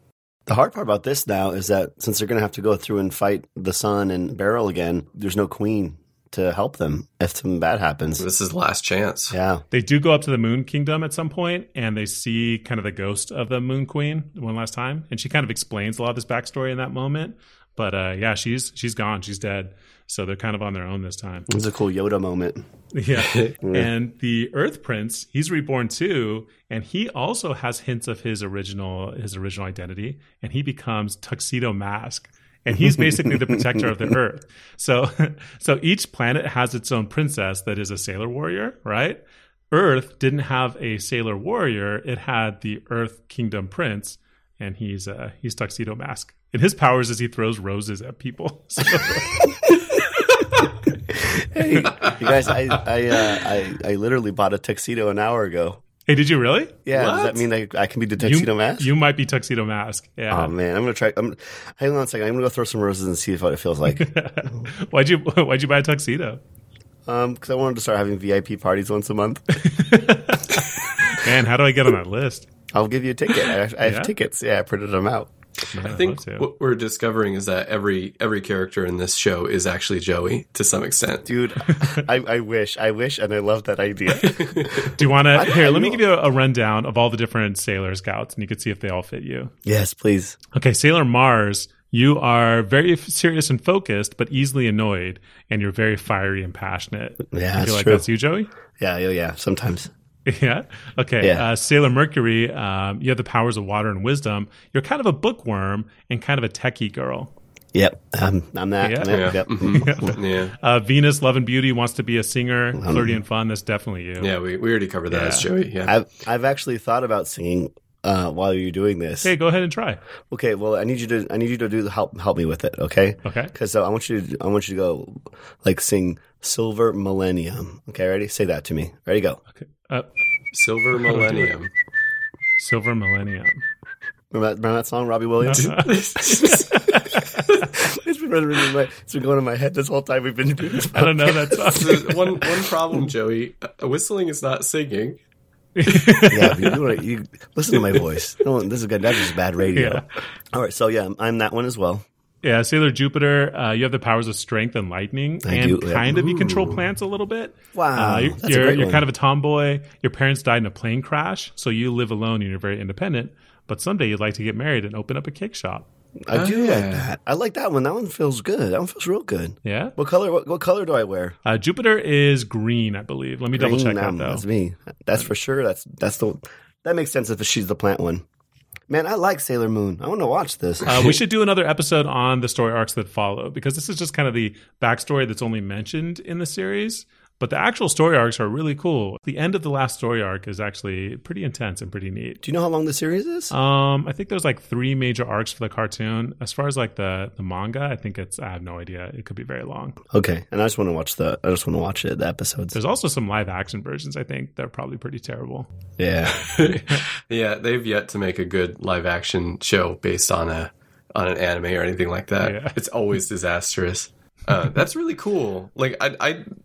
[SPEAKER 3] The hard part about this now is that since they're going to have to go through and fight the sun and Beryl again, there's no queen to help them if something bad happens.
[SPEAKER 1] This is last chance.
[SPEAKER 3] Yeah,
[SPEAKER 2] They do go up to the Moon Kingdom at some point, and they see kind of the ghost of the Moon Queen one last time, and she kind of explains a lot of this backstory in that moment. But uh, yeah, she's she's gone. She's dead. So they're kind of on their own this time.
[SPEAKER 3] it's a cool Yoda moment.
[SPEAKER 2] Yeah. and the Earth Prince, he's reborn too, and he also has hints of his original his original identity, and he becomes Tuxedo Mask. And he's basically the protector of the Earth. So so each planet has its own princess that is a sailor warrior, right? Earth didn't have a sailor warrior, it had the Earth Kingdom Prince, and he's uh he's Tuxedo Mask. And his powers is he throws roses at people. So-
[SPEAKER 3] Hey, you guys, I I, uh, I I literally bought a tuxedo an hour ago.
[SPEAKER 2] hey, did you really?
[SPEAKER 3] Yeah, does
[SPEAKER 1] What?
[SPEAKER 3] that mean I, I can be the tuxedo
[SPEAKER 2] you,
[SPEAKER 3] mask?
[SPEAKER 2] You might be Tuxedo Mask. Yeah.
[SPEAKER 3] oh man, I'm gonna try. I'm, hang on a second. I'm gonna go throw some roses and see what it feels like.
[SPEAKER 2] why'd you why'd you buy a tuxedo?
[SPEAKER 3] Um, because I wanted to start having VIP parties once a month.
[SPEAKER 2] Man, how do I get on that list?
[SPEAKER 3] I'll give you a ticket. I, I have
[SPEAKER 2] Yeah?
[SPEAKER 3] tickets. Yeah, I printed them out.
[SPEAKER 1] I think
[SPEAKER 2] to.
[SPEAKER 1] what we're discovering is that every every character in this show is actually Joey to some extent.
[SPEAKER 3] Dude, I, I wish, I wish, and I love that idea.
[SPEAKER 2] Do you want to? Here,
[SPEAKER 3] I
[SPEAKER 2] let me
[SPEAKER 3] know.
[SPEAKER 2] give you a, a rundown of all the different Sailor Scouts, and you can see if they all fit you.
[SPEAKER 3] yes, please.
[SPEAKER 2] Okay, Sailor Mars, you are very f- serious and focused, but easily annoyed, and you're very fiery and passionate.
[SPEAKER 3] Yeah,
[SPEAKER 2] you
[SPEAKER 3] that's
[SPEAKER 2] feel like
[SPEAKER 3] true.
[SPEAKER 2] that's you, Joey.
[SPEAKER 3] Yeah, yeah, yeah. Sometimes.
[SPEAKER 2] Yeah. Okay.
[SPEAKER 3] Yeah.
[SPEAKER 2] Uh, Sailor Mercury, um, you have the powers of water and wisdom. You're kind of a bookworm and kind of a techie girl.
[SPEAKER 3] Yep. Um, I'm that.
[SPEAKER 2] Yeah.
[SPEAKER 3] I'm that.
[SPEAKER 1] Yeah.
[SPEAKER 3] Yep. Mm-hmm.
[SPEAKER 1] Mhm. yeah.
[SPEAKER 2] Uh, Venus, Love and Beauty, wants to be a singer,
[SPEAKER 3] Mm-hmm.
[SPEAKER 2] flirty and fun. That's definitely you.
[SPEAKER 1] Yeah, we, we already covered that
[SPEAKER 2] Yeah.
[SPEAKER 1] as Joey. Yeah.
[SPEAKER 3] I've, I've actually thought about singing uh, while you're doing this.
[SPEAKER 2] Hey, go ahead and try.
[SPEAKER 3] Okay. Well, I need you to, I need you to do help, help me with it. Okay.
[SPEAKER 2] Okay.
[SPEAKER 3] Because uh, I want you to, I want you to go, like, sing Silver Millennium. Okay. Ready? Say that to me. Ready? Go.
[SPEAKER 2] Uh,
[SPEAKER 1] Silver Millennium.
[SPEAKER 2] Silver Millennium.
[SPEAKER 3] Remember that, remember that song, Robbie Williams? it's been running in my, it's been going in my head this whole time we've been doing this.
[SPEAKER 2] I don't know that song.
[SPEAKER 1] There's one one problem, Joey. Uh, Whistling is not singing.
[SPEAKER 3] yeah, you, know what, you listen to my voice. No, this is good. That's just bad radio.
[SPEAKER 2] Yeah.
[SPEAKER 3] All right, so yeah, I'm that one as well.
[SPEAKER 2] yeah, Sailor Jupiter. Uh, you have the powers of strength and lightning,
[SPEAKER 3] I
[SPEAKER 2] and
[SPEAKER 3] do, yeah.
[SPEAKER 2] kind of you control plants a little bit.
[SPEAKER 3] Wow,
[SPEAKER 2] Uh, you-
[SPEAKER 3] that's a
[SPEAKER 2] you're
[SPEAKER 3] great
[SPEAKER 2] you're
[SPEAKER 3] one.
[SPEAKER 2] kind of a tomboy. Your parents died in a plane crash, so you live alone and you're very independent. But someday you'd like to get married and open up a cake shop.
[SPEAKER 3] I do
[SPEAKER 1] Ah.
[SPEAKER 3] like that. I like that one. That one feels good. That one feels real good.
[SPEAKER 2] Yeah.
[SPEAKER 3] What color? What, what color do I wear?
[SPEAKER 2] Uh, Jupiter is green, I believe. Let me double
[SPEAKER 3] Green,
[SPEAKER 2] check that
[SPEAKER 3] um,
[SPEAKER 2] though.
[SPEAKER 3] That's me. That's for sure. That's that's the. That makes sense if she's the plant one. Man, I like Sailor Moon. I want to watch this.
[SPEAKER 2] Uh, we should do another episode on the story arcs that follow because this is just kind of the backstory that's only mentioned in the series. But the actual story arcs are really cool. The end of the last story arc is actually pretty intense and pretty neat.
[SPEAKER 3] Do you know how long the series is?
[SPEAKER 2] Um, I think there's like three major arcs for the cartoon. As far as like the the manga, I think it's I have no idea. It could be very long.
[SPEAKER 3] Okay, and I just want to watch the I just want to watch it the episodes.
[SPEAKER 2] There's also some live action versions. I think they're probably pretty terrible.
[SPEAKER 3] Yeah,
[SPEAKER 1] yeah, they've yet to make a good live action show based on a on an anime or anything like that.
[SPEAKER 2] Yeah.
[SPEAKER 1] It's always disastrous. Uh, that's really cool. Like I,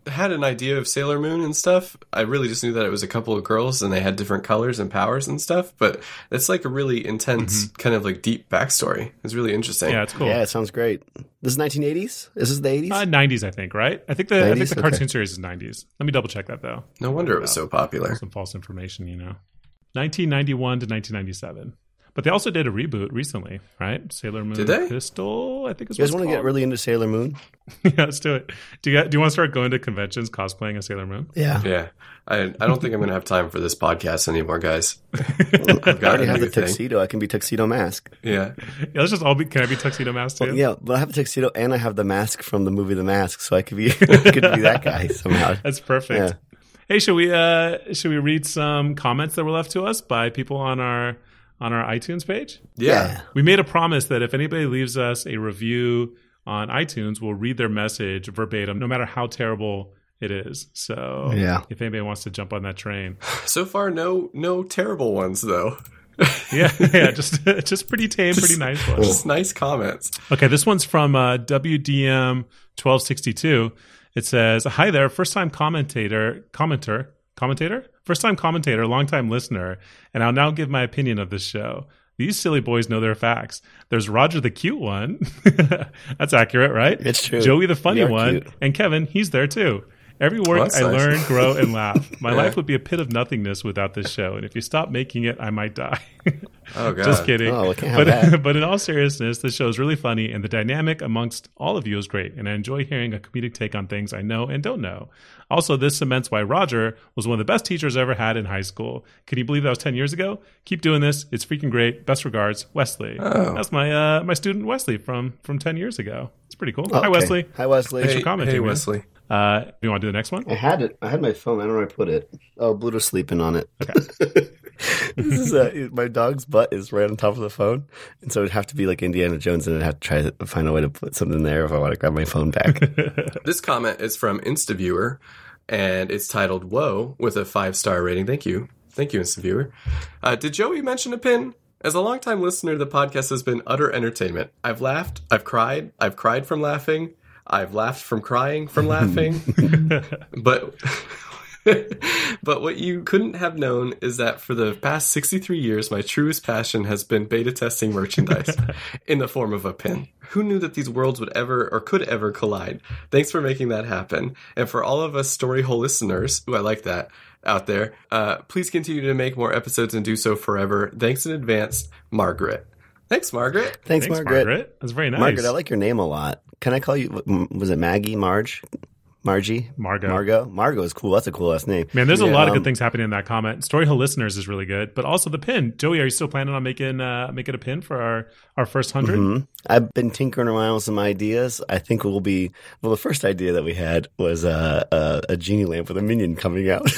[SPEAKER 1] I had an idea of Sailor Moon and stuff. I really just knew that it was a couple of girls and they had different colors and powers and stuff. But it's like a really intense kind of like deep backstory. It's really interesting.
[SPEAKER 2] Mm-hmm. Yeah, it's cool.
[SPEAKER 3] yeah, it sounds great. This is 1980s. This is the 80s.
[SPEAKER 2] Uh, 90s, I think, right? I think the I think
[SPEAKER 3] 90s?
[SPEAKER 2] the cartoon series is 90s. Let me double check that though.
[SPEAKER 1] No wonder it was so popular.
[SPEAKER 2] Some false information, you know. 1991 to 1997. But they also did a reboot recently, right? Sailor Moon
[SPEAKER 1] Did they?
[SPEAKER 2] Pistol, I think is
[SPEAKER 3] you guys
[SPEAKER 2] what
[SPEAKER 3] want to
[SPEAKER 2] it's
[SPEAKER 3] get really into Sailor Moon?
[SPEAKER 2] called. yeah, let's do it. Do you, do you want to start going to conventions cosplaying as Sailor Moon?
[SPEAKER 3] Yeah,
[SPEAKER 1] Yeah, I, I don't think I'm gonna have time for this podcast anymore, guys. I've
[SPEAKER 3] I
[SPEAKER 1] got
[SPEAKER 3] already
[SPEAKER 1] a
[SPEAKER 3] have
[SPEAKER 1] new
[SPEAKER 3] the
[SPEAKER 1] thing.
[SPEAKER 3] tuxedo. I can be tuxedo mask.
[SPEAKER 1] Yeah,
[SPEAKER 2] Yeah, let's just all be. Can I be tuxedo mask too?
[SPEAKER 3] Well, yeah, but I have a tuxedo and I have the mask from the movie The Mask, so I could be I could be that guy somehow.
[SPEAKER 2] That's perfect. Hey, should we uh should we read some comments that were left to us by people on our on our iTunes page?
[SPEAKER 1] yeah,
[SPEAKER 2] We made a promise that if anybody leaves us a review on iTunes, we'll read their message verbatim, no matter how terrible it is. So
[SPEAKER 3] Yeah.
[SPEAKER 2] if anybody wants to jump on that train,
[SPEAKER 1] So far, no no terrible ones though.
[SPEAKER 2] yeah, yeah, just just pretty tame, pretty nice one.
[SPEAKER 1] Just nice comments.
[SPEAKER 2] Okay, this one's from uh, WDM twelve sixty two. It says, "Hi there, first time commentator, commenter, commentator, first time commentator, long time listener, and I'll now give my opinion of this show. These silly boys know their facts. There's Roger the cute one, that's accurate, right?
[SPEAKER 3] It's true.
[SPEAKER 2] Joey the funny
[SPEAKER 3] They are
[SPEAKER 2] one,
[SPEAKER 3] cute.
[SPEAKER 2] and Kevin, he's there too." Every work
[SPEAKER 1] Well, that's
[SPEAKER 2] I
[SPEAKER 1] nice.
[SPEAKER 2] learn, grow, and laugh. My
[SPEAKER 1] Yeah.
[SPEAKER 2] life would be a pit of nothingness without this show, and if you stop making it, I might die.
[SPEAKER 1] Oh god,
[SPEAKER 2] Just kidding.
[SPEAKER 3] Oh, I can't
[SPEAKER 2] but,
[SPEAKER 3] have that.
[SPEAKER 2] but in all seriousness, this show is really funny, and the dynamic amongst all of you is great. And I enjoy hearing a comedic take on things I know and don't know. Also, this cements why Roger was one of the best teachers I ever had in high school. Can you believe that was ten years ago? Keep doing this; it's freaking great. Best regards, Wesley. That's my uh, my student Wesley from from ten years ago. It's pretty cool. Hi,
[SPEAKER 3] Okay.
[SPEAKER 2] Wesley.
[SPEAKER 3] Hi Wesley.
[SPEAKER 1] Hey,
[SPEAKER 2] for commenting,
[SPEAKER 1] hey
[SPEAKER 2] man.
[SPEAKER 1] Wesley.
[SPEAKER 2] Uh, do you want to do the next one?
[SPEAKER 3] I had it. I had my phone. I don't know where I put it. Oh, Bluto's sleeping on it. this is uh my dog's butt is right on top of the phone, and so it'd have to be like Indiana Jones, and I'd have to try to find a way to put something there if I want to grab my phone back.
[SPEAKER 1] This comment is from InstaViewer, and it's titled "Whoa" with a five star rating. Thank you, thank you, InstaViewer. Uh, did Joey mention a pin? As a longtime listener, the podcast has been utter entertainment. I've laughed, I've cried, I've cried from laughing, I've laughed from crying from laughing. but but what you couldn't have known is that for the past 63 years my truest passion has been beta testing merchandise in the form of a pin who knew that these worlds would ever or could ever collide thanks for making that happen and for all of us story hole listeners who i like that out there uh, please continue to make more episodes and do so forever thanks in advance margaret thanks margaret
[SPEAKER 3] Thanks,
[SPEAKER 2] Thanks,
[SPEAKER 3] Margaret. Margaret.
[SPEAKER 2] That's very nice.
[SPEAKER 3] I like your name a lot. Can I call you? Was it Maggie? Marge? Margie?
[SPEAKER 2] Margo.
[SPEAKER 3] Margo? Margo is cool. That's a cool last name.
[SPEAKER 2] Man, there's a lot of
[SPEAKER 3] Um,
[SPEAKER 2] good things happening in that comment. Story Hill listeners is really good, but also the pin. Joey, are you still planning on making uh, making a pin for our our first 100
[SPEAKER 3] Mhm. I've been tinkering around with some ideas. I think we'll be well. The first idea that we had was uh, uh, a genie lamp with a minion coming out,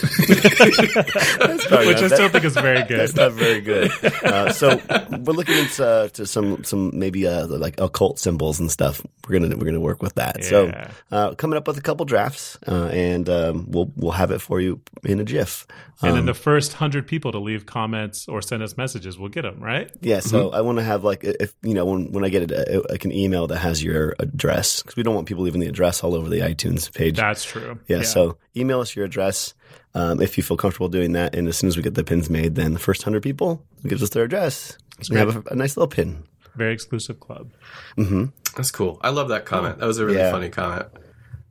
[SPEAKER 3] That's probably
[SPEAKER 2] which
[SPEAKER 3] not
[SPEAKER 2] I
[SPEAKER 3] Oh, that-
[SPEAKER 2] still think is very good.
[SPEAKER 3] That's not very good. Uh, so we're looking into uh, to some some maybe uh, like occult symbols and stuff. We're gonna we're gonna work with that. So
[SPEAKER 2] Yeah.
[SPEAKER 3] uh, coming up with a couple drafts, uh, and um, we'll we'll have it for you in a GIF.
[SPEAKER 2] and
[SPEAKER 3] um,
[SPEAKER 2] then the first hundred people to leave comments or send us messages, we'll get them right.
[SPEAKER 3] Yeah, so
[SPEAKER 2] Mm-hmm.
[SPEAKER 3] I want to have like if you know when when I get it, like an email that has your address because we don't want people leaving the address all over the iTunes page.
[SPEAKER 2] That's true.
[SPEAKER 3] yeah, so email us your address um, if you feel comfortable doing that, and as soon as we get the pins made, then the first hundred people who gives us their address and have a, a nice little pin.
[SPEAKER 2] very exclusive club.
[SPEAKER 1] that's cool i love that comment that was a really
[SPEAKER 3] Yeah.
[SPEAKER 1] funny comment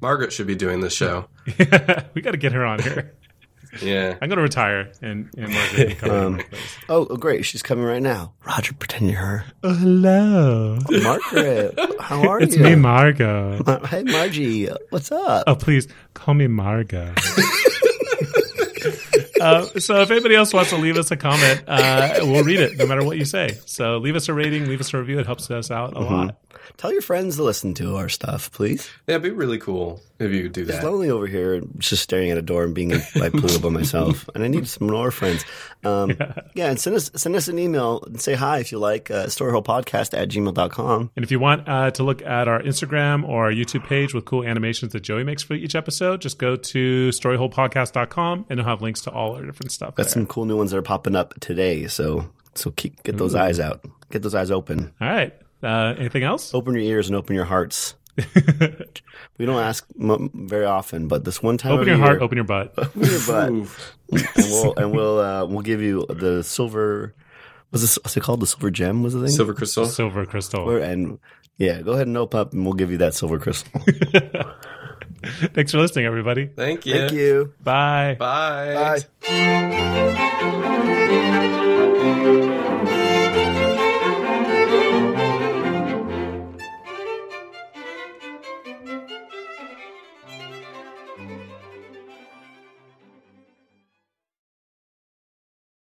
[SPEAKER 1] margaret should be doing this show
[SPEAKER 2] we got to get her on here.
[SPEAKER 1] yeah
[SPEAKER 2] I'm going to retire and and Margaret can come in my place.
[SPEAKER 3] Oh, oh, great, she's coming right now. Roger, pretend you're her.
[SPEAKER 2] Oh, hello,
[SPEAKER 3] Margaret, how are
[SPEAKER 2] it's
[SPEAKER 3] you?
[SPEAKER 2] me, Margo.
[SPEAKER 3] Mar- hey, Margie, what's up?
[SPEAKER 2] Oh, please call me Margo. Uh, so if anybody else wants to leave us a comment, uh, we'll read it no matter what you say. So leave us a rating, leave us a review. It helps us out a lot.
[SPEAKER 3] Tell your friends to listen to our stuff, please.
[SPEAKER 1] Yeah, it'd be really cool if you do
[SPEAKER 3] It's
[SPEAKER 1] that.
[SPEAKER 3] lonely over here, just staring at a door and being like Pluto by myself. And I need some more friends. Um, yeah. and send us send us an email and say hi if you like. Uh, storyholepodcast at gmail.com.
[SPEAKER 2] And if you want uh, to look at our Instagram or our YouTube page with cool animations that Joey makes for each episode, just go to storyholepodcast.com and it'll have links to all our different stuff.
[SPEAKER 3] Got
[SPEAKER 2] there.
[SPEAKER 3] some cool new ones that are popping up today. So so keep, get those eyes out. Get those eyes open.
[SPEAKER 2] All right. Uh, anything else?
[SPEAKER 3] Open your ears and open your hearts. we don't ask m- very often, but this one time
[SPEAKER 2] Open
[SPEAKER 3] of
[SPEAKER 2] your
[SPEAKER 3] year,
[SPEAKER 2] heart, open your butt.
[SPEAKER 3] open your butt.
[SPEAKER 1] Oof.
[SPEAKER 3] and we'll and we'll uh, we'll give you the silver. Was this what's it called? The silver gem was the thing.
[SPEAKER 1] Silver crystal.
[SPEAKER 2] Silver crystal.
[SPEAKER 3] Silver and yeah, go ahead and open up, and we'll give you that silver crystal.
[SPEAKER 2] Thanks for listening, everybody.
[SPEAKER 1] Thank you.
[SPEAKER 3] Thank you.
[SPEAKER 2] Bye.
[SPEAKER 1] Bye.
[SPEAKER 3] Bye.